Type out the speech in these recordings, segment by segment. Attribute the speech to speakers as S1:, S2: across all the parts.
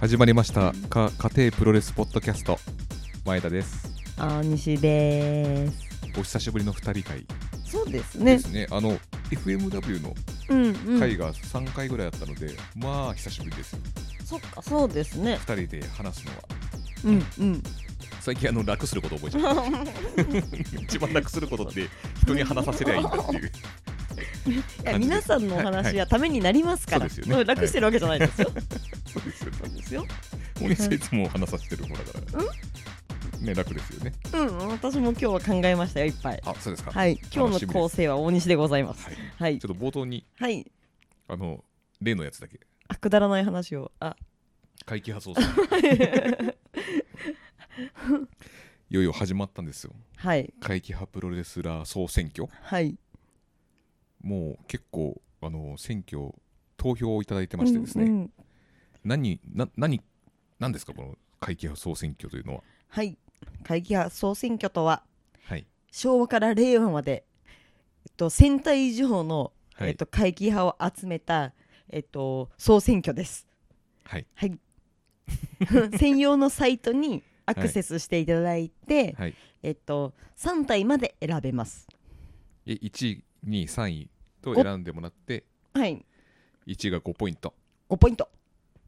S1: 始まりましたか家庭プロレスポッドキャスト前田です
S2: 大西です。
S1: お久しぶりの二人会
S2: そうです
S1: で
S2: ね。
S1: すねあの FMW の
S2: うんう
S1: 会
S2: ん。
S1: が3回ぐらいあったので、まあ久しぶりですよ
S2: そっか、そうですね。
S1: 二人で話すのは
S2: うん うん。
S1: 最近あの楽すること覚えちゃっ た一番楽することって人に話させりゃいいんだっていう
S2: いや皆さんのお話はためになりますから。
S1: そうですよね
S2: ん楽してるわけじゃないですよ。
S1: そうですよね
S2: そうですよ。
S1: お姉さんいつも話させてる方だからね楽ですよね
S2: うん、私も今日は考えましたよいっぱい。
S1: あそうですか
S2: はい、今日の構成は大西でございます。
S1: はい
S2: はい
S1: ちょっと冒頭に
S2: はい。
S1: あの例のやつだけ
S2: あくだらない話をあ。
S1: 怪奇発想さんいよいよ始まったんですよ
S2: はい
S1: 怪奇派プロレスラー総選挙
S2: はい。
S1: もう結構あの選挙投票をいただいてましてですね、
S2: うんうん
S1: 何な何何ですかこの怪奇派総選挙というのは
S2: はい。会議派総選挙とは
S1: はい
S2: 昭和から令和まで、えっと、1000体以上の、
S1: はい、
S2: えっと、会議派を集めた、えっと、総選挙です。
S1: はい
S2: はい 専用のサイトにアクセスしていただいて、
S1: はい
S2: えっと、3体まで選べます。
S1: え1位2位3位と選んでもらって
S2: はい、
S1: 1位が5ポイント
S2: 5ポイント、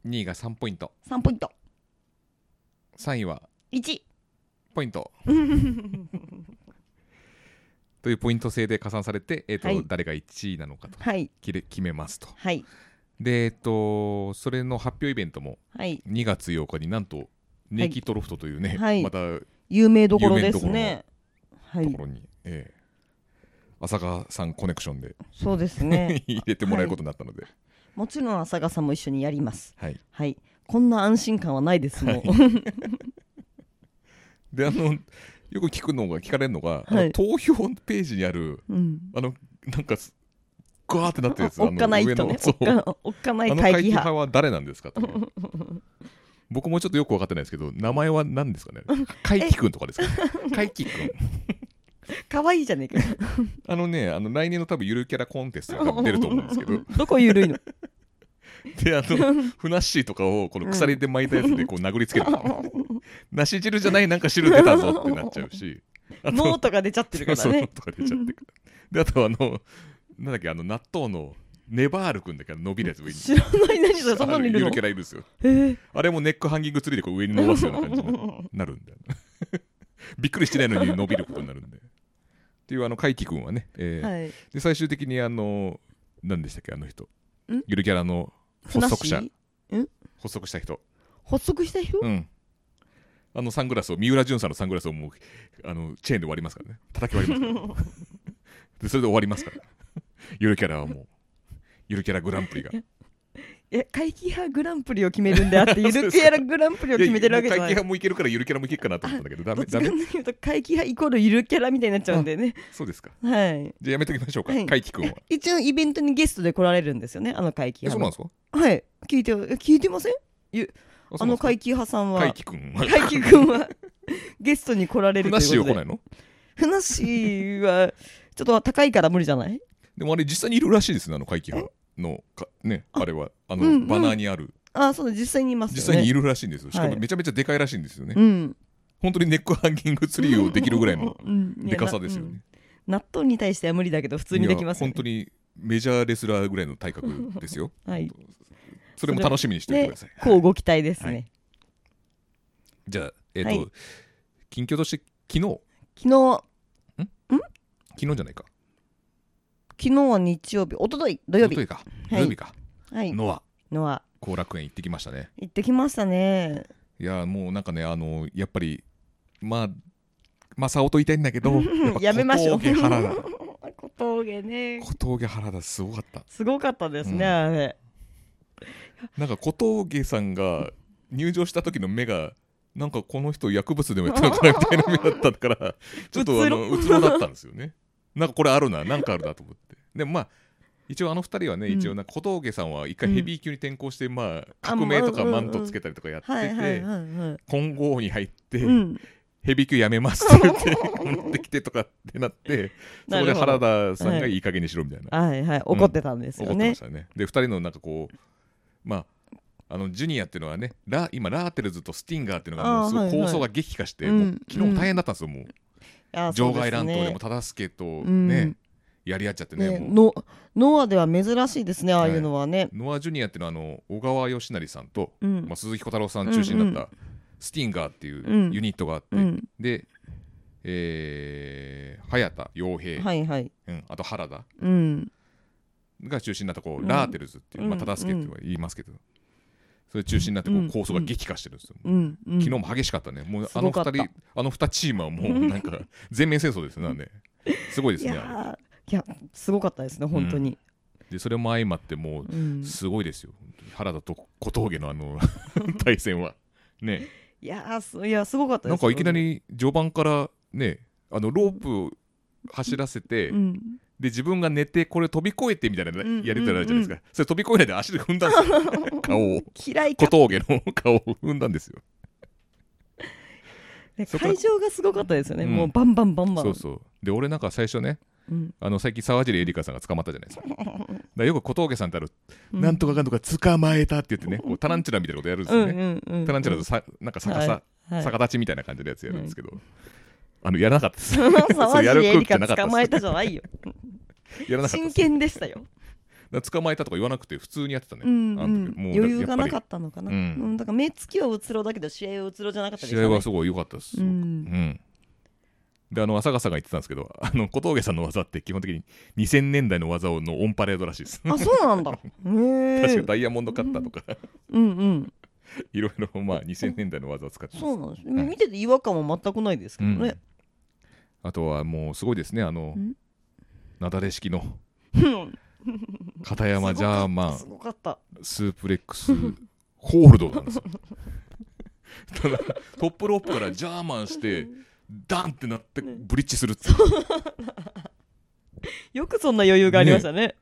S1: 2位が3ポイント
S2: 3ポイント、
S1: 3位は
S2: 1。
S1: ポイ ントというポイント制で加算されて、えっと
S2: はい
S1: 誰が1位なのかと
S2: はい、
S1: 決め決めますと
S2: はい、
S1: で、えっと、それの発表イベントも
S2: はい、
S1: 2月8日になんとネイキッドロフトというね、
S2: はい
S1: またと
S2: 有名どころですね。はい
S1: こ、ろに、ええ浅川さんコネクションで
S2: そうですね。
S1: 入れてもらえることになったので、
S2: もちろん浅賀さんも一緒にやります。
S1: はい
S2: はい、こんな安心感はないですもん。
S1: であのよく聞くのが聞かれるのが、あの
S2: はい
S1: 投票ページにある
S2: うん。
S1: あのなんかすガーってなってるやつ
S2: おっかない
S1: あの
S2: 人
S1: 上
S2: ね
S1: の。そう
S2: おっかおっかな
S1: あ
S2: い
S1: の
S2: 会
S1: 会
S2: 議
S1: 議派
S2: 派。
S1: は誰なんですかと 僕もちょっとよく分かってないですけど名前は何です かね会議くんとかですか、ね、会議くん
S2: 可愛いじゃね えか。
S1: あのね、あの来年の多分ゆるキャラコンテストが出ると思うんですけど、
S2: どこゆるいの。
S1: で、あの、ふなっしーとかをこの鎖で巻いたやつでこう殴りつける。なし汁じゃないなんか汁出たぞってなっちゃ うし、あと、
S2: ノートが出ちゃってるから
S1: そう
S2: ね。
S1: とか出ちゃってくる。で、あとあの、なんだっけ、あの納豆のネバールくんだけど伸びるやつ上に。
S2: 知らない何それそんなのいるの
S1: あゆるキャラいるんですよ。
S2: へえ
S1: あれもネックハンギングツリーでこう上に伸ばすような感じになるんだよね。 びっくりしてないのに伸びることになるんで。っていうあの、かいきくんはね、えー
S2: はい。
S1: で最終的にあの何でしたっけあの人
S2: ん
S1: ゆるキャラの発足者
S2: ふなっし
S1: 発足した人
S2: ー発足した人、
S1: うんあのサングラスを三浦淳さんのサングラスをもうあのチェーンで割りますからね叩き割り ますからでそれで終わりますからゆるキャラはもうゆるキャラグランプ リが
S2: え、会議派グランプリを決めるんであって、ゆるキャラグランプリを決めてるわけじゃない
S1: やもう怪奇。派もいけるからゆるキャラもいけるかなと思ったんだけどダ
S2: どっ
S1: メ
S2: ちか
S1: ダ
S2: って
S1: メ
S2: いうと会議派イコールゆるキャラみたいになっちゃうんだよね。
S1: そうですか
S2: はい。
S1: じゃあやめときましょうか
S2: はい
S1: 怪奇君は
S2: 一応イベントにゲストで来られるんですよね、あの会議
S1: えそうなん
S2: 派
S1: ですか
S2: の。はい。聞いて、え聞いてませんゆ
S1: あ
S2: あの会議派さんは。
S1: 怪奇君は
S2: 大輝くんは ゲストに来られる
S1: ふ
S2: と
S1: なっし
S2: い
S1: ー
S2: う
S1: は
S2: こと
S1: 来な
S2: で
S1: いの
S2: ふなっしーはちょっと高いから無理じゃない
S1: でもあれ実際にいるらしいですねあの怪奇派のかねあれはあの、
S2: うんうん
S1: バナーにある
S2: あそうだ実際にいますよね
S1: 実際にいるらしいんですよしか
S2: は
S1: も
S2: い
S1: めちゃめちゃでかいらしいんですよね、
S2: うん
S1: 本当にネックハンギングツリーをできるぐ らいのでかさですよね、
S2: うんいやなうん納豆に対しては無理だけど普通にできますよ、
S1: い
S2: ね、
S1: や本当にメジャーレスラーぐらいの体格で すよ
S2: はい
S1: それも楽しみにしておいてください、
S2: こうご期待ですね、
S1: はいじゃあえっ、と、
S2: はい
S1: 近況として昨日
S2: 昨日
S1: 昨日じゃないか
S2: 昨日は日曜日一昨日土曜
S1: おと
S2: 日
S1: といか、
S2: い
S1: 土曜日か
S2: はい
S1: のは
S2: のは
S1: 後楽園行ってきましたね
S2: 行ってきましたね
S1: いやもうなんかねあのやっぱりまあ正雄と言いたいんだけどっ ぱ
S2: やめましょう
S1: 小峠原田
S2: 小峠ね
S1: 小峠原田すごかった
S2: すごかったですね、
S1: うん
S2: あれ
S1: なんか小峠さんが入場した時の目がなんかこの人薬物でもやったのかなみたいな目だった からちょっとあの
S2: う
S1: うつろだったんですよねなんかこれあるななんかあるなと思ってでもまあ一応あの二人はね、
S2: うん
S1: 一応なんか小峠さんは一回ヘビー級に転向して、まあ革命とか
S2: あもううんう
S1: マ
S2: ん
S1: ントつけたりとかやってて、
S2: はいはいはいはい
S1: 混合に入って、
S2: うん
S1: ヘビー級やめますって言って持ってきてとかってなって そ
S2: な
S1: こ
S2: る
S1: で
S2: ほど
S1: 原田さんがいい加減にしろみたいな
S2: はいはい怒ってたんです
S1: 怒
S2: よ
S1: ってま
S2: ね
S1: し、たね。で、二人のなんかこう、まあ、あのジュニアっていうのはねラ今ラーテルズとスティンガーっていうのがも
S2: あ
S1: う
S2: ー
S1: すごい
S2: はいはい
S1: 構想が激化して、
S2: うん
S1: もう昨日も大変だったんですよ、もう
S2: あそ
S1: 場
S2: うですね
S1: 外乱闘でも忠相とね、
S2: うん
S1: やり合っちゃってね
S2: ね
S1: もう
S2: のノアでは珍しいですねああいうのはね、
S1: ノア・ジュニアっていうのはあの小川義成さんと、
S2: うん
S1: まあ、鈴木小太郎さん中心だった、
S2: うん
S1: スティンガーっていう
S2: うん
S1: ユニットがあって、
S2: うん
S1: で、えー、早田洋平、
S2: はいはい
S1: うん、あと原田
S2: うん
S1: が中心になったこう、
S2: うん
S1: ラーテルズっていう、まあ、
S2: うん
S1: 忠相って言いますけど、それ中心になってこ
S2: う
S1: うん構想が激化してるんですよ、
S2: うんうん
S1: 昨日も激しかったね、もうあの
S2: すごか
S1: 二
S2: った
S1: 人、あの二チームはもうなんか全面戦争ですよね、なんですごいです
S2: い
S1: ね、あ
S2: やーいやすごかったですね本当に、
S1: れでそれも相まって、も
S2: う
S1: うんすごいですよ、原田と小峠のあ の対戦は。ね、
S2: いやーすいやすごかったです
S1: なんかいきな、り序盤からね、あのロープを走らせて、
S2: うん、
S1: で自分が寝て、これ飛び越えてみたいなね
S2: うん
S1: やりとりあるじゃないですか、それ飛び越えないで足で踏んだんです よ、顔を。
S2: 嫌い
S1: 小
S2: か
S1: 峠の顔を踏んだんですよ。
S2: ね
S1: そこから
S2: 会場がすごかったですよね、
S1: うん
S2: もうバンバンバンバン
S1: そうそうで俺なんか最初ね
S2: うん
S1: あの最近沢尻エリカさんが捕まったじゃな いですかだからよく小峠さんってある
S2: うん
S1: なんとかかんとか捕まえたって言ってね、こうタランチュラみたいなことやるんですよね。
S2: うんうんうん、
S1: タランチュラ
S2: で
S1: と
S2: す、
S1: さなんか逆さ、
S2: はい、
S1: 逆立ちみたいな感じのやつやるんですけど、あのやらなかったです。
S2: 沢
S1: やる
S2: 尻エ
S1: 空
S2: リ
S1: 気じ
S2: カ
S1: ゃ なかったっす
S2: 捕まえたじゃないよ
S1: やらなか
S2: 真
S1: ったです。だか
S2: 剣でしたよ、
S1: ら捕まえたとか言 わなくて普通にやってたね。
S2: うんう
S1: あの
S2: ん
S1: 時、もう
S2: 余裕がなか
S1: っ
S2: ったのかな、
S1: う
S2: うんんだから目つきはうつろだけど試合はうつろじゃなかったです
S1: 試
S2: よね
S1: 合はすごい良かったです。
S2: う
S1: うんんであの朝笠が言ってたんですけどあの小峠さんの技って基本的に2000年代の技をのオンパレードらしいです。
S2: あそうなんだへえ
S1: 確かダイヤモンドカッターとか、
S2: うんうん
S1: いろいろまあ2000年代の技を使ってます
S2: そうなんです、
S1: はい
S2: 見てて違和感は全くないですけど
S1: う
S2: ね
S1: ん、あとはもうすごいですねあの
S2: ん
S1: なだれ式の
S2: うん、
S1: 片山ジャーマン
S2: すごかった
S1: スープレックスホールドなんですよ ただトップロープからジャーマンしてダンってなってブリッジするっていう
S2: よくそんな余裕がありましたね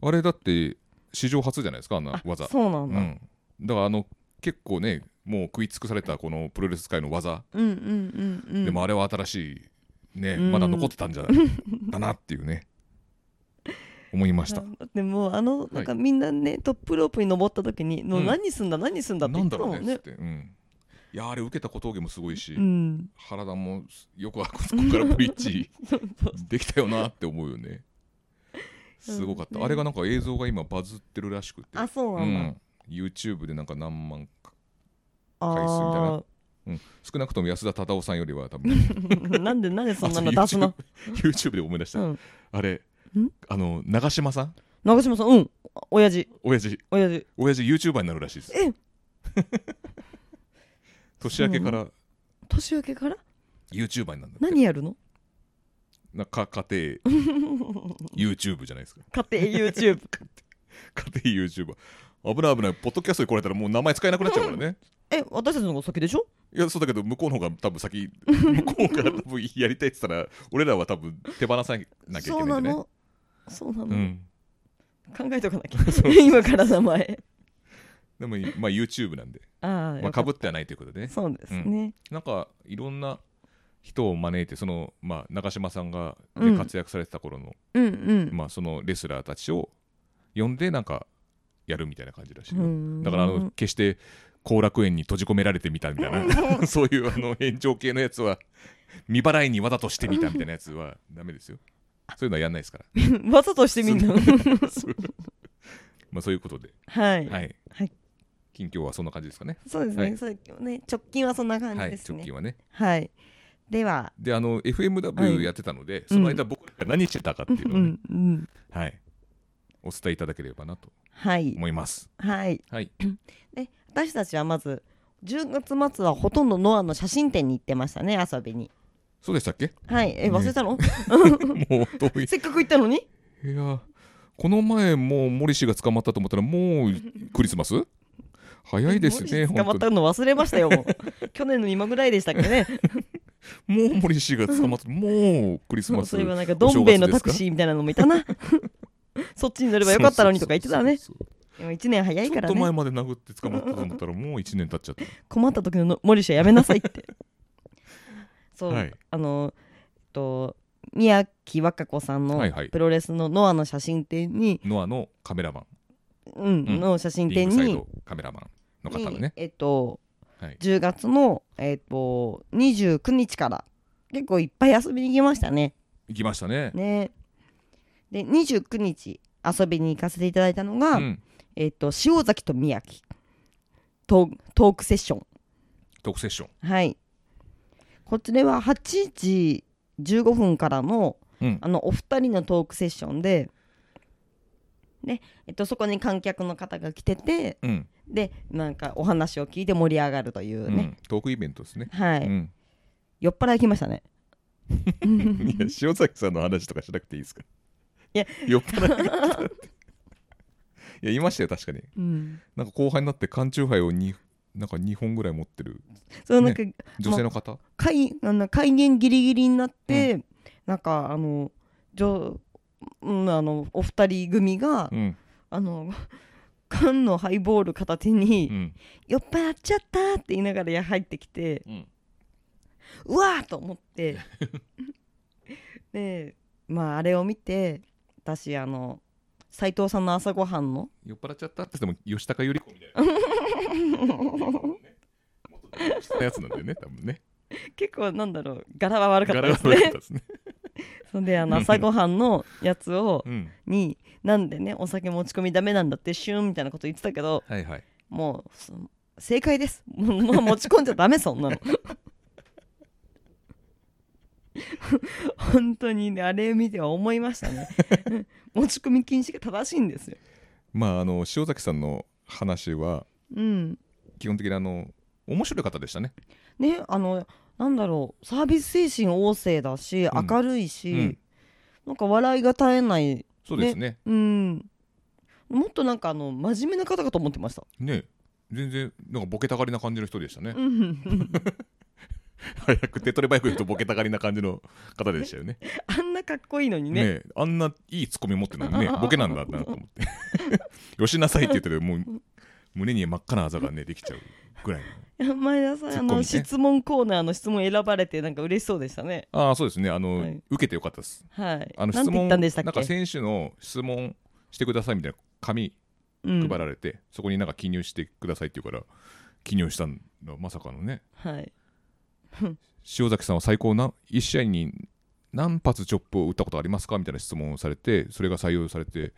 S1: あれだって史上初じゃないですかあんな
S2: あ
S1: 技
S2: そうなんだ、
S1: ん、だからあの結構ねもう食い尽くされたこのプロレス界の技、
S2: うん、うんうんうん
S1: でもあれは新しいね
S2: うん
S1: まだ残ってたんじゃない、だなっていうね思いました
S2: だってもうあのなんかみんなね、トップロープに登った時に「の
S1: うん
S2: 何すんだ何すんだ」って
S1: な
S2: 言
S1: ん
S2: っ
S1: だ
S2: た
S1: ろう
S2: も
S1: ね
S2: ん
S1: っつ
S2: ね
S1: っ。て、うん、いやあれ受けた小峠もすごいし、
S2: うん、
S1: 原田もよくあそこからブリッ ジ できたよなって思うよねすごかった、
S2: うん
S1: あれがなんか映像が今バズってるらしくて
S2: あそう
S1: う
S2: なんだ、
S1: ん、YouTube でなんか何万か
S2: あ
S1: 少なくとも安田忠夫さんよりは多分
S2: あなんでなんで そんなの
S1: あ
S2: 出
S1: そ
S2: す
S1: う
S2: の、
S1: YouTube で思い出 した、
S2: うん、
S1: あれ
S2: ん
S1: あの長嶋さん
S2: 長嶋さんうん親父
S1: 親父
S2: 親父
S1: 親父 YouTuber になるらしいです
S2: え
S1: 年明けから
S2: 年明けから
S1: YouTuber になるんだって
S2: 何や るの
S1: なか家
S2: 家
S1: 庭 YouTube じゃないですか
S2: 庭 YouTube
S1: 家庭 YouTuber 危ない危ないポッドキャストに来られたらもう名前使えなくなっちゃうからね
S2: え私たちの方が先でしょ
S1: いやそうだけど向こうの方が多分先 向こうが多分やりたいって言ったら俺らは多分手放さなきゃいけない
S2: そうん
S1: だ
S2: な
S1: よね
S2: のそうなの、
S1: うん
S2: 考えとかな きゃ 今から名前
S1: でもまあ YouTube なんで
S2: あー
S1: ま
S2: よ
S1: あか
S2: かっ
S1: ぶってはないということ
S2: た
S1: でね
S2: そうですね、
S1: なんかいろんな人を招いてそのまあ長嶋さんが
S2: う
S1: ね
S2: ん
S1: 活躍されてた頃の
S2: うん、うん
S1: まあそのレスラーたちを呼んでなんかやるみたいな感じらしいよ
S2: うん
S1: だからあの決して後楽園に閉じ込められてみたみたい なそういうあの延長系のやつは未払いにわざとしてみたみたいなやつはダメですよそういうのはやんないですから
S2: わざとしてみんな
S1: そうまあそういうことで、
S2: はい、
S1: はい
S2: はい
S1: 近況はそんな感じですかね
S2: そうです
S1: は
S2: ね,、
S1: い
S2: そうね直近はそんな感じ
S1: はい
S2: です
S1: 直
S2: ね
S1: 近はね
S2: はい、では
S1: であの
S2: は
S1: FMW
S2: い
S1: やってたので、その間僕らが何してたかってい
S2: う
S1: うのを、ね
S2: んうん
S1: はい、お伝えいただければなと
S2: はい
S1: 思います
S2: はい
S1: はい
S2: で私たちはまず10月末はほとんどノアの写真展に行ってましたね遊びに
S1: そうでしたっけ
S2: はいえ忘れたの、
S1: もうどう い
S2: せっかく行ったのに
S1: いやこの前もうモリシが捕まったと思ったらもうクリスマス早いですね
S2: 捕まっ
S1: 本当
S2: た
S1: に
S2: の忘れま したよもう去年の今ぐらいでしたっけね
S1: もうモリシが捕まったもうクリスマス
S2: そういえばなんかどん兵衛のタクシーみたいなのもいた なそっちに乗ればよかったのにとか言ってたね
S1: そうそう
S2: でも1年早
S1: そう
S2: い
S1: そう
S2: か
S1: ちょ
S2: ら
S1: っと
S2: ね
S1: 前まで殴って捕まったと思ったらもう1年経っちゃった
S2: 困った時ののモリシはやめなさいって そう、
S1: はい
S2: あのえっと宮城和歌子さんの
S1: はいはい
S2: プロレスのノアの写真展に、
S1: ノアのカメラマン
S2: うん
S1: うん
S2: の写真
S1: リン
S2: 展
S1: グサイ
S2: に
S1: ドカメラマンの方でね
S2: に、えっと
S1: はい、
S2: 10月の、えっと、29日から結構いっぱい遊びに行きましたね。
S1: 行きましたね
S2: ねで29日遊びに行かせていただいたのが、
S1: うん、
S2: えっと塩崎と宮城トートークセッション
S1: トークセッション、
S2: はいこちらは8時15分からの
S1: うん
S2: あのお二人のトークセッションでで、えっと、そこに観客の方が来てて
S1: うん
S2: でなんかお話を聞いて盛り上がるという
S1: う
S2: ね、
S1: ん、トークイベントですね、
S2: はい、
S1: うん、
S2: 酔っ払い来ました ね
S1: いや塩崎さんの話とかしなくていいですか
S2: いや
S1: 酔っ払いが来たっていやいましたよ確かに
S2: うん
S1: なんか後輩になって缶チューハイをになんか2本ぐらい持ってる
S2: そうなんか、
S1: 女性の方、
S2: 開あの開演ギリギリになって、なんかあの女、うん、あのお二人組が、
S1: うん
S2: あの缶のハイボール片手に、
S1: うん
S2: 酔っ払っちゃったって言いながら入ってきて
S1: うん、
S2: うわーと思って でまああれを見て私あの斉藤さんの朝ごはん の
S1: 酔っ払っちゃったって言っても吉高由里子みたい なねもっと大したやつなんだよね多分ね
S2: 結構なんだろう柄は悪かった
S1: 柄
S2: で
S1: が
S2: す
S1: 悪かっ
S2: ね
S1: たですね、
S2: そんであの朝ごはんのやつを
S1: うん、
S2: になんでねお酒持ち込みダメなんだってシュンみたいなこと言ってたけど
S1: はいはい
S2: もうそ正解ですもうもう持ち込んじゃダメそんなの本当にねあれ見ては思いましたね持ち込み禁止が正しいんですよ
S1: まああの塩崎さんの話は
S2: うん
S1: 基本的にあの面白い方でしたね
S2: ねあのなんだろうサービス精神旺盛だし
S1: うん
S2: 明るいし、
S1: うん
S2: なんか笑いが絶えない
S1: そうですね
S2: うんもっとなんかあの真面目な方かと思ってました、
S1: ね全然なんかボケたがりな感じの人でしたね、
S2: うん
S1: 早く手取り早く言うとボケたがりな感じの方でしたよね
S2: あんなかっこいいのに
S1: ね
S2: ね
S1: あんないいツッコミ持ってない ねボケなんだなと思って よしなさいって言ってるもう胸に真っ赤なあざがねできちゃうぐらいの
S2: 前田さん、
S1: ツッ
S2: あ
S1: コミね
S2: の質問コーナーの質問選ばれてなんか嬉しそうでしたね
S1: ああそうですねあの、
S2: はい
S1: 受けてよかったです
S2: はい
S1: あの
S2: なん
S1: 質
S2: て言
S1: 問
S2: ったんでしたっ
S1: なん
S2: け
S1: か選手の質問してくださいみたいな紙
S2: うん
S1: 配られて、そこになんか記入してくださいって言うから記入したのまさかのね
S2: はい
S1: 塩崎さんは最高な1試合に何発チョップを打ったことありますかみたいな質問をされてそれが採用されて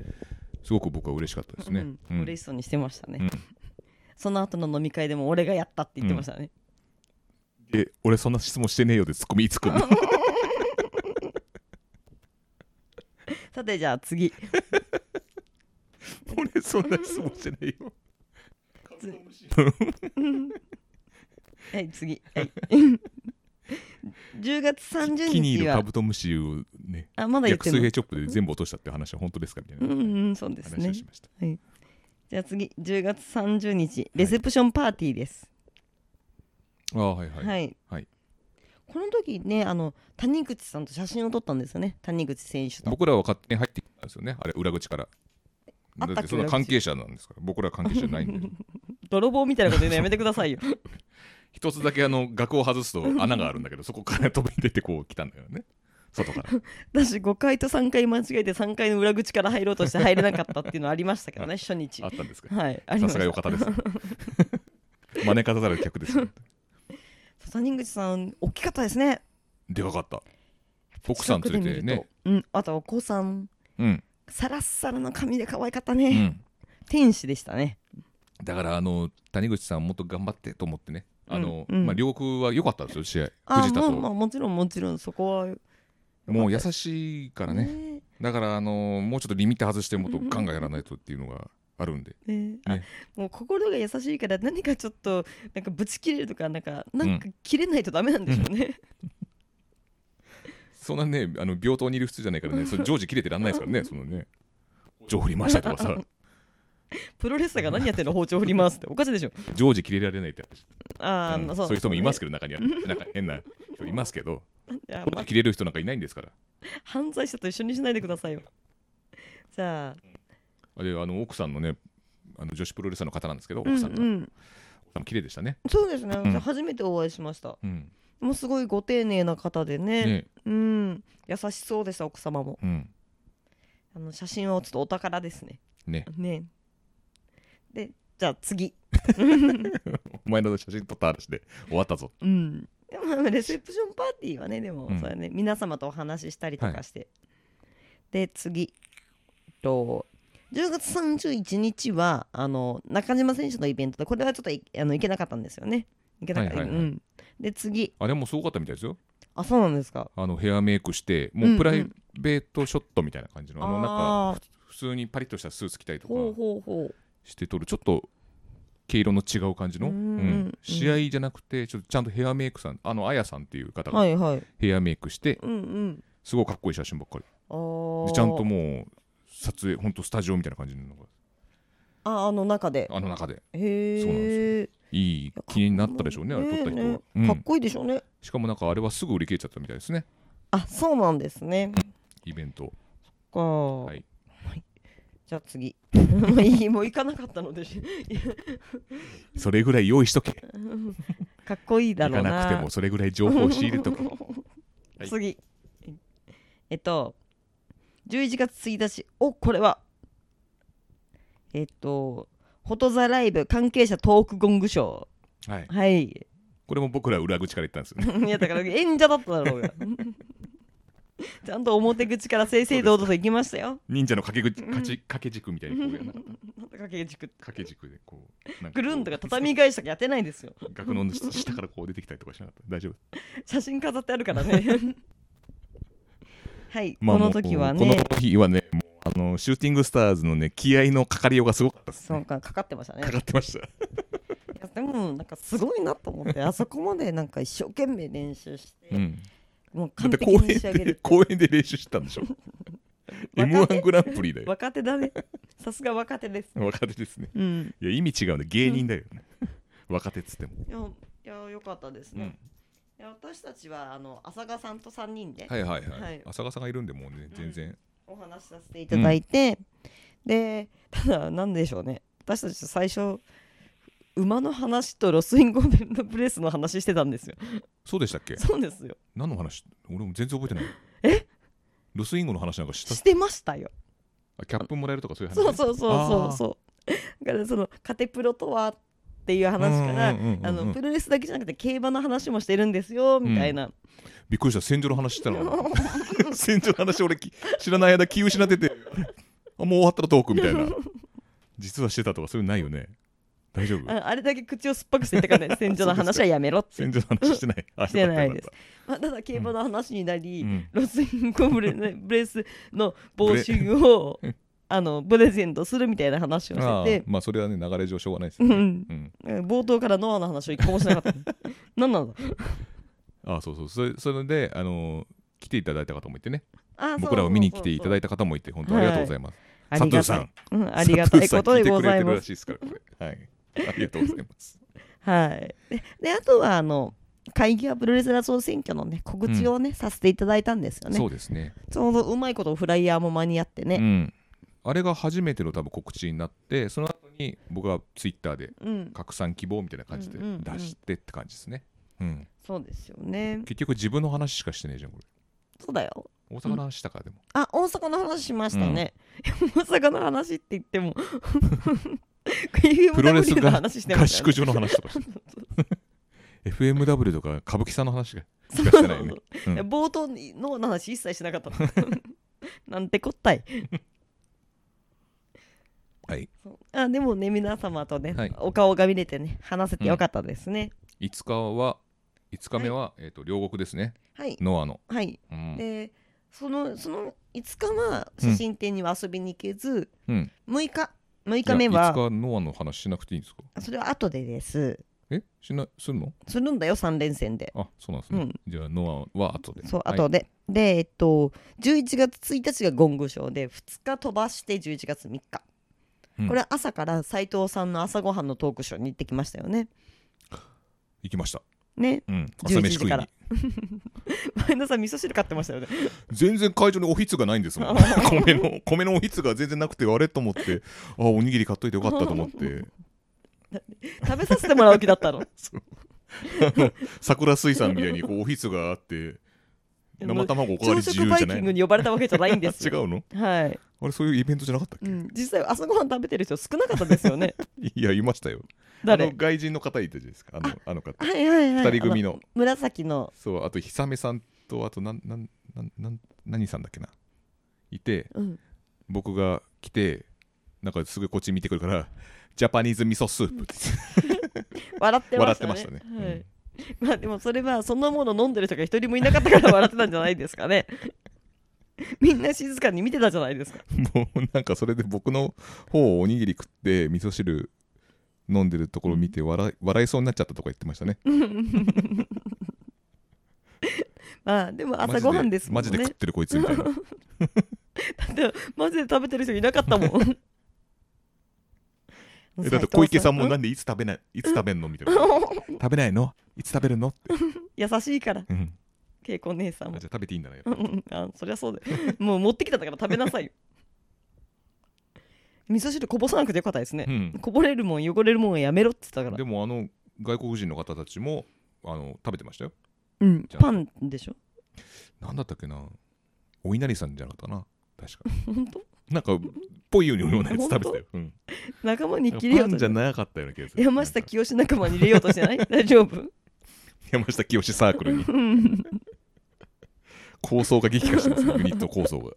S1: すごく僕は嬉しかったですね、
S2: うん
S1: うん
S2: 嬉しそうにしてましたね、
S1: うん
S2: その後の飲み会でも俺がやったって言ってましたね、
S1: え俺そんな質問してねえよでツッコミいつくんの
S2: さてじゃあ次
S1: 俺そんな質問し てねえよ
S2: はい次はい10月30
S1: 木にい
S2: 日
S1: るカ
S2: は
S1: ブトムシをね
S2: あまだ言っ
S1: 逆
S2: て
S1: 水
S2: る
S1: 平チョップで全部落としたって話は本当ですかみたい
S2: うん
S1: な
S2: うんそうです
S1: 話
S2: ね
S1: をしました、
S2: じゃあ次10月30日レセプションパーティーです
S1: ああはいは、
S2: はいい、
S1: はい
S2: この時ねあの谷口さんと写真を撮ったんですよね谷口選手と
S1: 僕らは勝手に入ってきたんですよねあれ裏口から
S2: あったっけ
S1: だってそんな関係者なんですから僕らは関係者じゃないんで
S2: 泥棒みたいなこと言うのやめてくださいよ
S1: 一つだけあの額を外すと穴があるんだけどそこから飛び出てこう来たんだよね外 から
S2: 私5階と3階間違えて3階の裏口から入ろうとして入れなかったっていうのはありましたけどね初日
S1: あったんですか
S2: はいあり
S1: さ
S2: ますし
S1: が
S2: た
S1: 良かったです真似方たる客ですよ
S2: 谷口さん大きかったですね
S1: でかかった奥さん連れ
S2: 近
S1: てね
S2: くで見るとうんあとお子さん
S1: うん、
S2: サラッサラの髪で可愛かった
S1: う
S2: ね、
S1: ん、
S2: 天使でしたね
S1: だからあの谷口さんもっと頑張ってと思ってねあの、
S2: うんうん
S1: まあ、両国は良かったですよ試合
S2: あ
S1: 藤田
S2: も
S1: と
S2: う、まあ、もちろんもちろんそこは
S1: もう優しいからね
S2: ね
S1: だからあのもうちょっとリミット外してもっとガンガンやらないとっていうのがあるんで
S2: ねあ
S1: ね
S2: もう心が優しいから何かちょっとなんかぶち切れるとかなんかなんか切れないとダメなんでしょうね、
S1: そんなねあの病棟にいる普通じゃないからねそれ常時切れてらんないですか らねそのね情振りましたとかさ
S2: プロレスラーが何やってんの包丁振り回すっておかしいでしょ
S1: 常時切れられないって話
S2: ああ、
S1: うん
S2: まあ
S1: そういう人もいますけ
S2: ど
S1: ど中にはなんか変な人いますけど常時
S2: ま
S1: 切れる人なんかいないんですから
S2: あ、犯罪者と一緒にしないでくださいよじゃあ
S1: あれあの奥さんのねあの女子プロレスラーの方なんですけ
S2: う
S1: ど
S2: ん
S1: 奥
S2: う
S1: さん
S2: ん
S1: が、奥さんも綺麗でしたね
S2: そうですね、
S1: うん
S2: 初めてお会いしました
S1: うん
S2: もうすごいご丁寧な方でね
S1: ね
S2: うん優しそうでした奥様も
S1: うん
S2: あの写真はちょっとお宝ですね
S1: ね
S2: ねでじゃあ次
S1: お前の写真撮った話で終わったぞ。
S2: うんでもレセプションパーティーはねでも、
S1: うん
S2: それね皆様とお話ししたりと
S1: は
S2: か
S1: い
S2: して、で次と10月31日はあの中島選手のイベントでこれはちょっといあの行けなかったんですよね行けなかった、
S1: はいはいはい
S2: うん、で次
S1: あれもすごかったみたいですよ。
S2: あそうなんですか
S1: あのヘアメイクして、
S2: うん
S1: も
S2: う
S1: うんプライベートショットみたいな感じの、あのなんか
S2: あー
S1: 普通にパリッとしたスーツ着たりとか
S2: ほうほうほう
S1: して撮る、ちょっと毛色の違う感じの、
S2: うんうん
S1: 試合じゃなくて、ちょっとちゃんとヘアメイクさん、あのあやさんっていう方
S2: は
S1: が
S2: いはい
S1: ヘアメイクして、
S2: うんうん
S1: すごいかっこいい写真ばっかり。
S2: あー
S1: でちゃんともう撮影、本当スタジオみたいな感じのが
S2: ああの中で
S1: あの中で。
S2: へえ
S1: そうなんですいい気になったでしょうね、あれ撮った人は、う
S2: かっ
S1: ん。
S2: こいいでしょうね、
S1: しかもなんかあれはすぐ売り切れちゃったみたいですね、
S2: あそうなんですね
S1: イベント。
S2: か、はいじゃあ次 もういいもう行かなかったのでし
S1: それぐらい用意しとけ。
S2: かっこいいだ
S1: 行
S2: ろ
S1: か
S2: うな
S1: なくてもそれぐらい情報を仕入れ とけ。はい
S2: 次えっと11月1日おこれはえっとフォトザライブ関係者トークゴングショ
S1: はい、
S2: ーはい
S1: これも僕ら裏口から言ったんですよね。
S2: いやだから演者だっただろうが ちゃんと表口から正々堂々と行きましたよ
S1: 忍者の掛け口かち掛け軸みたいにこうやな
S2: なんとかけ軸って
S1: 掛け軸でこうなん
S2: ぐるんとか
S1: こ
S2: 畳み返したかやってないですよ
S1: う額の下からこう出てきたりとかしなかった。大丈夫。
S2: 写真飾ってあるから ねはい、
S1: ま
S2: こ
S1: あも
S2: の
S1: う
S2: 時は
S1: こ
S2: ね
S1: の時はね、もうあのシューティングスターズのね気合のかかりようがすごかったです、
S2: そ
S1: ね
S2: う。かかかってましたね
S1: かかってました。
S2: いやでもなんかすごいなと思ってあそこまでなんか一生懸命練習して、
S1: うん。
S2: もう
S1: だっ
S2: 完
S1: て
S2: 璧
S1: 公
S2: に
S1: 園
S2: 仕上げ
S1: で
S2: る
S1: 公園で練習してたん でしょ。M1 グランプリだよ。
S2: 若手だねさすが若手です
S1: 若手ですね。
S2: うん
S1: いや意味違うんで芸人だよね。若手っつっても。
S2: いやいやよかったですね、いや私たちはあの浅賀さんと3人で
S1: はいはいは
S2: はいい。
S1: 浅川さんがいるんでもうね全然。
S2: お話しさせていただいて、でただなんでしょうね私たち最初馬の話とロスインゴーベルのプレスの話してたんですよ
S1: そうでしたっけ？
S2: そうですよ
S1: 何の話？俺も全然覚えてない。
S2: え？
S1: ロスインゴの話なんかした
S2: してましたよ
S1: あキャップもらえるとかそういう話
S2: そうそうそうそうそうだからそのカテプロとはっていう話から、
S1: うんうんうんうんうん
S2: あのプロレスだけじゃなくて競馬の話もしてるんですよみたいな、
S1: びっくりした戦場の話してたの 戦場の話俺き知らない間気失っててあもう終わったらトークみたいな実はしてたとかそういうのないよね大丈 夫
S2: ああれだけ口を酸っぱくして言ったからね戦場の話はやめろって
S1: 戦場の話してないあ
S2: してない
S1: よか
S2: で
S1: っ
S2: す
S1: たよかっ、
S2: まあ、た だ競馬の話になり、
S1: たうん
S2: ロスインコブレ,、ブレスの帽子をあのプレゼントするみたいな話を
S1: あ
S2: して
S1: ー
S2: て
S1: まあそれはね流れ上しょうがないです
S2: う
S1: よね
S2: ん
S1: うん、
S2: 冒頭からノアの話を一個もしなかった 何なんだ
S1: あーそうそうそれそれで、あのー来ていただいた方もいてね
S2: あ
S1: 僕らを見に来ていただい
S2: た
S1: た方もいて本当ありがとうございます、
S2: ありが
S1: サ
S2: た
S1: ト
S2: い、
S1: ゥー
S2: うん、ありがたいことでござい
S1: サトゥーさん聞てくれてる
S2: ま
S1: ら
S2: す
S1: しいですからこれはいありがとうございます
S2: はい、でであとはあの会議はプロレスラー総選挙のね告知をね、させていただいたんですよね
S1: そうですね
S2: ちょうどうまいことフライヤーも間に合って
S1: う
S2: ね、
S1: ん、あれが初めての多分告知になってその後に僕はツイッターで
S2: うん
S1: 拡散希望みたいな感じで
S2: うんうんうん
S1: 出してって感じですね、うん、
S2: そうですよね
S1: 結局自分の話しかしてねえじゃんこ
S2: そうだよ
S1: れ大阪の話したからでも、
S2: あ大阪の話しましたね、 大阪の話って言って も
S1: プロレス
S2: FMW の
S1: が
S2: 話して
S1: 合
S2: ました
S1: 宿
S2: ね
S1: 所の話と かして FMW とか歌舞伎さんの話がしかしてないねうん
S2: 冒頭にの話一切しなかった なんてこったい
S1: はい
S2: そうあでもね皆様とね、
S1: はい
S2: お顔が見れてね話せてよかったですね、
S1: 5日は5日目は、えー、と両国ですね
S2: はい
S1: ノアの、
S2: はい
S1: うん
S2: でそのその5日は写真展には遊びに行けず、
S1: うん、
S2: 6日6日目
S1: いや
S2: は
S1: 5日ノアの話しなくていいんですか
S2: それは後でです
S1: えしなすんの
S2: するんだよ3連戦で
S1: あそうなんですね、
S2: うん
S1: じゃあノアは後で
S2: そう
S1: はい
S2: 後で、でえっと11月1日がゴングショーで2日飛ばして11月3日、
S1: うん
S2: これは朝から斎藤さんの朝ごはんのトークショーに行ってきましたよね
S1: 行きました、
S2: ね
S1: うん、
S2: 11
S1: 朝飯食い
S2: 時か
S1: に
S2: ら 前田さん味噌汁買ってましたよね
S1: 全然会場におひつがないんですもん米の米のおひつが全然なくてあれと思ってあおにぎり買っといてよかったと思 って
S2: 食べさせてもらう気だった の
S1: そうあの桜水産みたいにこうおひつがあって生卵おかわり
S2: 朝
S1: 自
S2: 食
S1: 由
S2: バ
S1: じゃ
S2: イ
S1: な
S2: キ
S1: い
S2: ング
S1: の
S2: に呼ばれたわけじゃないんです
S1: 違
S2: よ
S1: うの
S2: はい
S1: あれそういうイベントじゃなかったっ
S2: う
S1: け、
S2: ん、実際朝ごはん食べてる人少なかったですよね
S1: いやいましたよあの
S2: 誰
S1: 外人の方いたじゃないですかあのあの方
S2: はいはいはい
S1: 二人組の
S2: あ紫の
S1: そうあと久めさんとあとなんなんなんなん何さんだっけないて
S2: うん
S1: 僕が来てなんかすぐこっち見てくるからジャパニーズ味噌スープって
S2: 笑って
S1: 笑
S2: まし
S1: って
S2: たね
S1: ましたね、
S2: はいまあでもそれはそんなもの飲んでる人が一人もいなかったから笑ってたんじゃないですか ねみんな静かに見てたじゃないですか
S1: うんもうなんかそれで僕の方をおにぎり食って味噌汁飲んでるところ見て笑い笑いそうになっちゃったとか言ってましたね
S2: まあでも朝ごはんですも
S1: マ
S2: ん
S1: ジ
S2: ね
S1: でマジで食ってるこいつ みたいな
S2: だってマジで食べてる人いなかったもん
S1: えだって小池さんも
S2: 斉
S1: なんでいつ食べないいつ食べんのみたいな食べないのいつ食べるのって、
S2: 藤さん 優しいから
S1: うん、
S2: 恵子姉さん
S1: あ
S2: も
S1: じゃあ食べていいんだね
S2: うんうんあそりゃそうだよもう持ってきたんだから食べなさいよ味噌汁こぼさなくてよかったですね
S1: う、ん
S2: こぼれるもん汚れるもんはやめろって言ってたか
S1: で
S2: ら、
S1: もあの外国人の方たちもあの食べてましたよ
S2: うん、
S1: じゃあ
S2: パンでしょ
S1: なんだったっけなお稲荷さんじゃなかったな確か
S2: 本当
S1: なんかっぽいようにようなやつ食べてたよ、 うん、
S2: 仲間に切れよ
S1: パ
S2: う
S1: ン
S2: とし
S1: じ
S2: て
S1: ゃなかったような気がする
S2: 山下
S1: なんか
S2: 清仲間に入れようとしてない 大丈夫
S1: 山下清サークルに
S2: うん
S1: 構想が激化してますねユニット構想が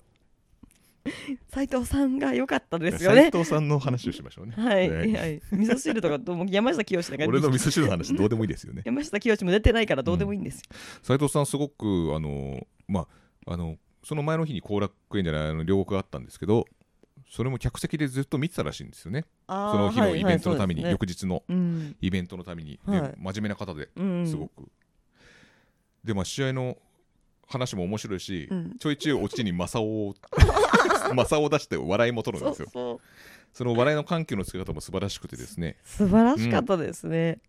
S2: 斉藤さんが良かったですよ
S1: 斉
S2: ね
S1: 藤さんの話をしましょうね
S2: はい、
S1: ね
S2: はい、味噌汁とかどうも山下清だから
S1: 俺の味噌汁の話どうでもいいですよね
S2: 山下清も出てないからどうでもいいんですよ、
S1: 斉藤さんすごくあのまああのその前の日に後楽園じゃないあの両国があったんですけどそれも客席でずっと見てたらしいんですよね
S2: あー
S1: その日
S2: は
S1: の
S2: い
S1: イベントのために、
S2: はいそう
S1: 翌日の
S2: ですねうん
S1: イベントのために、で
S2: はい
S1: 真面目な方で
S2: うん
S1: すごく、でまあ試合の話も面白いし、
S2: うん
S1: ちょいちょいオチに正雄 を正雄を出して笑いも取るん
S2: そ
S1: で
S2: う
S1: すよそ
S2: そう
S1: の笑いの緩急のつけ方も素晴らしくてですね
S2: 素晴らしかったですね、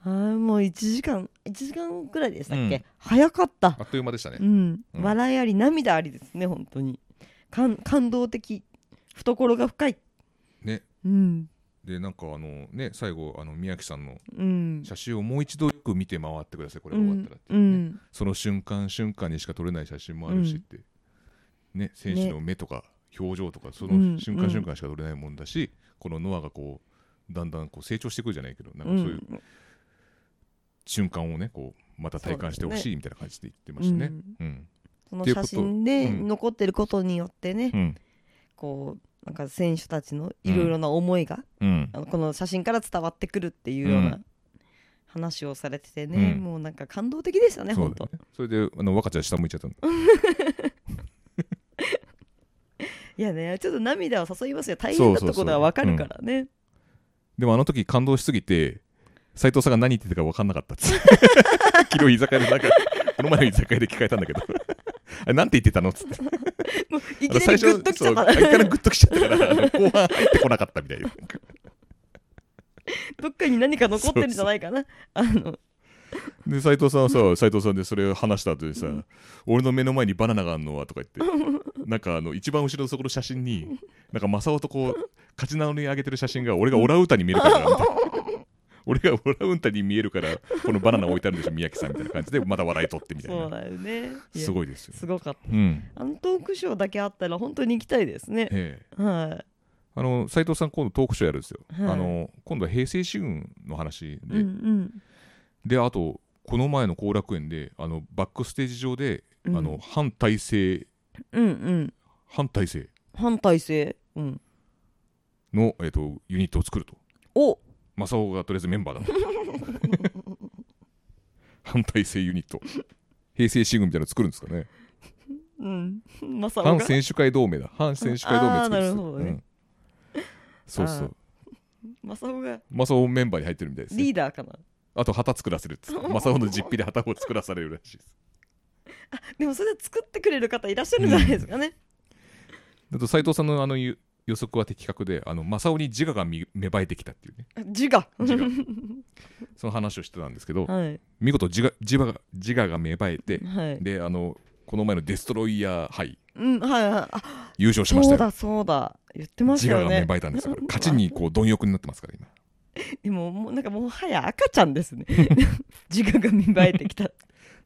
S2: あーもう1時間1時間くらいでしたっけ、
S1: うん
S2: 早かった
S1: あっという間でしたね
S2: う、ん、
S1: うん
S2: 笑いあり涙ありですね本当に感感動的懐が深い
S1: ね
S2: うん
S1: でなんかあのね最後あの宮城さんの
S2: うん
S1: 写真をもう一度よく見て回ってくださいこれ
S2: う
S1: が終わったら
S2: ん
S1: って、
S2: う
S1: ね
S2: ん
S1: その瞬間瞬間にしか撮れない写真もあるしって、ね、選手の目とか表情とかそ
S2: うん
S1: の瞬間瞬間しか撮れないもんだし、このノアがこうだんだんこう成長していくるじゃないけどなんかそういう瞬間をねこうまた体感してほしいみたいな感じで言ってましたね。うん
S2: その写真で
S1: うん
S2: 残ってることによってね、
S1: うん
S2: こうなんか選手たちのいろいろな思いが、
S1: うん
S2: あのこの写真から伝わってくるっていうよう
S1: う
S2: な話をされててね、
S1: うん
S2: もうなんか感動的でしたね
S1: そう
S2: 本
S1: だ
S2: 当
S1: ねそれであの若ちゃん下向いちゃったの
S2: いやねちょっと涙を誘いますよ大変だったことはわかるからね
S1: でもあの時感動しすぎて斉藤さんが何言ってたか分かんなかったっ つって昨日居酒屋でなんかこの前の居酒屋で聞かれたんだけどあれなんて言ってたのっつって
S2: もうい
S1: あ
S2: き
S1: の
S2: な
S1: 最
S2: りグ
S1: 初
S2: ッときち
S1: そ
S2: ゃ
S1: う
S2: った
S1: あ
S2: から
S1: れからグッときちゃったからあの後半入ってこなかったみたいな
S2: どっかに何か残ってるんじゃないかな。あの、
S1: で斉藤 さんはさ斉藤さんでそれを話した後にさ、俺の目の前にバナナがあるのはとか言って なんかあの一番後ろのそこの写真になんか正雄とこう勝ち名乗り上げてる写真が俺がオラウータンに見えるからみたい な俺がオラウータンに見えるからこのバナナ置いてあるんでしょ宮城さんみたいな感じでまた笑い取ってみたい
S2: そう
S1: な
S2: だよね。いや
S1: すごいですよ、
S2: すごかった。
S1: うん
S2: あのトークショーだけあったら本当に行きたいですね。
S1: ええ、
S2: は
S1: あの斉藤さん今度トークショーやるんですよ、
S2: はい
S1: あの今度は平成四軍の話
S2: い。
S1: で、
S2: うん
S1: であとこの前の後楽園であのバックステージ上で、
S2: うん
S1: あの反体制
S2: うん。うんうん。
S1: 反体制
S2: 反体制。うん。
S1: の、えっとユニットを作ると
S2: お
S1: 正雄がとりあえずメンバー だと反体制ユニット平成四軍みたいなの作るんですかね
S2: うん。まさお
S1: 反
S2: が。
S1: 選手会同盟だ反選手会同盟作る
S2: あーなるほどね
S1: うんそうそう
S2: まさおが
S1: 正雄メンバーに入ってるみたいです、ね
S2: リー、ダーかな。
S1: あと旗作らせるっ つって正雄の実費で旗を作らされるらしいです
S2: でもそれで作ってくれる方いらっしゃるんじゃないですかね。
S1: あと斉藤さんのあのゆ予測は的確であの正雄に自我がみ芽生えてきたっていうね
S2: 自我。
S1: 自我その話をしてたんですけ ど
S2: はい。
S1: 見事自我自我が自我が芽生えて
S2: はい。
S1: であのこの前のデストロイヤー杯
S2: うん、はいはい。あ、
S1: 優勝しまし
S2: そ
S1: た
S2: う
S1: よ
S2: だそうだ。言ってまし
S1: 自
S2: た
S1: 我
S2: よ
S1: が芽
S2: ね。
S1: 生えたんですよこれ勝ちにこう貪欲になってますから今
S2: でも、も うなんかもはや赤ちゃんですね。自我が芽生えてきた。
S1: だか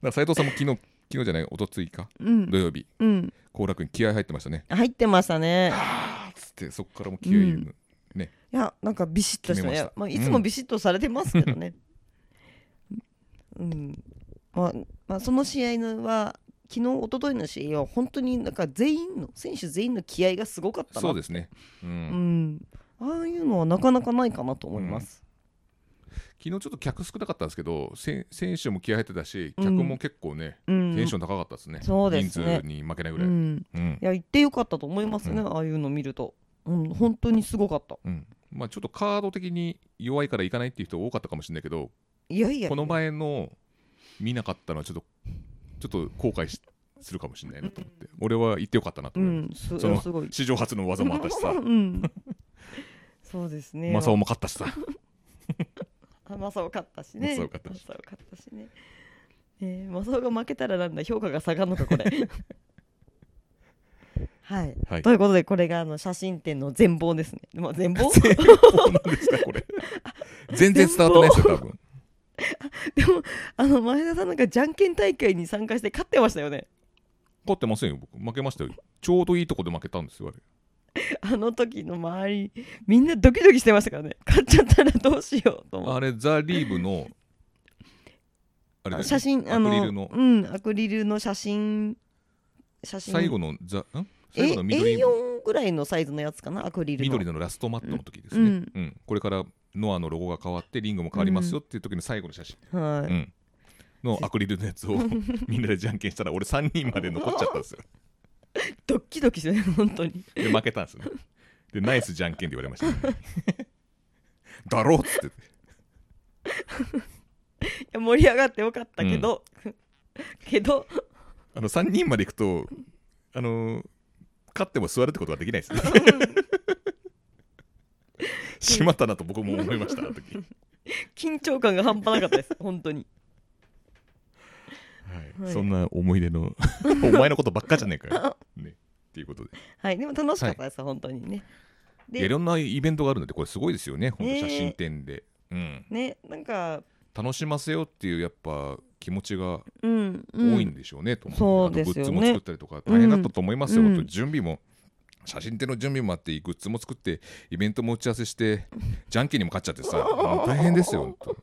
S1: ら斉藤さんも昨日昨日じゃない一昨日か
S2: うん
S1: 土曜日
S2: うん
S1: 後楽園気合入ってましたね
S2: 入ってましたね
S1: あーっつってそこからも気合い、
S2: うんいやなんかビシッとした
S1: 決めまし
S2: ね
S1: た
S2: まあ、
S1: うん
S2: いつもビシッとされてますけどね うんまあ、まあ、その試合のは昨日一昨日の試合は本当になんか全員の選手全員の気合がすごかったな
S1: そうですね、うん
S2: うん、ああいうのはなかなかないかなと思います。
S1: 昨日ちょっと客少なかったんですけどせ選手も気合い入ってたし客も結構ね、
S2: うん、
S1: テンション高かったですね、
S2: そうですね
S1: 人数に負けないぐ
S2: う
S1: らい、うん
S2: ん、いや行ってよかったと思いますね、
S1: う
S2: ああいうの見ると、うん、本当にすごかった。
S1: うんまあ、ちょっとカード的に弱いから行かないっていう人多かったかもしれないけど
S2: いやいや、
S1: この前の見なかったのはちょっとちょっと後悔しするかもしれないなと思って俺は行ってよかったなと
S2: う
S1: 思います、
S2: ん、す
S1: その
S2: すご い。
S1: 史上初の技もあったしさ
S2: うん、そうですね。
S1: 正雄も勝った しさ
S2: あマサオ勝ったしね。
S1: マサオ勝ったし
S2: マサオ勝ったしね。えー、マサオが負けたらなんだ評価が下がるのか これ。はい、
S1: はい
S2: ということでこれがあの写真展の全貌ですね。まあ全貌
S1: そうなんですかこれ全然伝わってないですよ多分
S2: でも あの前田さんなんかじゃんけん大会に参加して勝ってましたよね
S1: 勝ってませんよ僕負けましたよちょうどいいとこで負けたんですよあれ
S2: あの時の周りみんなドキドキしてましたからね勝っちゃったらどうしようと思って
S1: あれザ・リーブのあれだよね
S2: 写真あ
S1: ア
S2: の
S1: クリルの
S2: うんアクリルの写真写真
S1: 最後のザん最
S2: え
S1: 後の緑
S2: A4 ぐらいのサイズのやつかなアクリルの
S1: 緑のラストマットの時ですね、
S2: う
S1: うんんこれからノアのロゴが変わってリングも変わりますよっていう時の最後の写真、
S2: はい、
S1: うんのアクリルのやつを みんなでじゃんけんしたら俺3人まで残っちゃったんですよ
S2: ドッキドキしてね 本当に
S1: で負けたんですよねでナイスじゃんけんって言われました、ね、だろうっつって
S2: いや盛り上がってよかったけど、けど
S1: あの3人まで行くとあの勝っても座るってことができないですねしまったなと僕も思いましたあの時、はい、
S2: 緊張感が半端なかったです 本当にはい
S1: そんな思い出のお前のことばっかじゃねえか よ、ね、っていうことで
S2: はいでも楽しかったです、本当にね
S1: いやいろんなイベントがあるのでこれすごいですよね、ほんと
S2: ねえ
S1: 写真展で、うん、
S2: ねなんか
S1: 楽しませようっていうやっぱ気持ちが
S2: うん、
S1: 多
S2: うん、
S1: いんでしょうね、と
S2: そう
S1: 思
S2: で
S1: あと
S2: すよ
S1: グッ
S2: ね
S1: ズも作ったりとか大変だったと思いますよ、
S2: うん
S1: 本当に準備も写真展の準備もあってグッズも作ってイベントも打ち合わせしてじゃんけんにも勝っちゃってさあ大変ですよ本当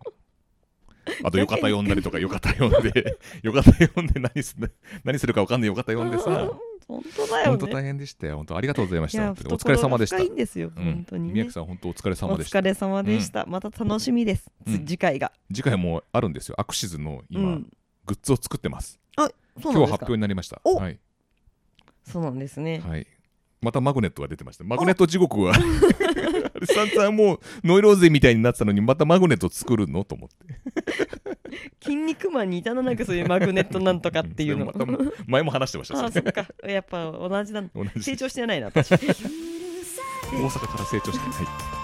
S1: あと浴衣呼んだりとか浴衣呼んで 浴衣呼んで何す何するか分かんない浴衣呼んでさ
S2: 本当だよ
S1: 本当
S2: ね
S1: 大変でしたよ本当ありがとうございまし
S2: い
S1: た
S2: や
S1: 本当にお疲れ様でした
S2: 懐が深いんですよ、
S1: うん
S2: 本当に、ね、
S1: 宮城さん本当お疲れ様
S2: お
S1: でした
S2: 疲れ様でした、また楽しみです、つ
S1: うん
S2: 次回が
S1: 次回もあるんですよアクシズの今、
S2: うん、
S1: グッズを作ってます
S2: そう
S1: 今
S2: なん
S1: 日発
S2: ですか
S1: 表になりました
S2: お
S1: はい、
S2: そうなんですね、
S1: はい、またマグネットが出てましたマグネット地 獄はあれ散々もうノイローゼみたいになってたのにまたマグネット作るのと思って
S2: 筋肉マンに至らなくそういうマグネットなんとかって いうの
S1: それまた前も話してました
S2: あ
S1: そ
S2: そ
S1: れ
S2: っか やっぱ同じなんだ
S1: 同じ
S2: 成長してないな私
S1: 大阪から成長してない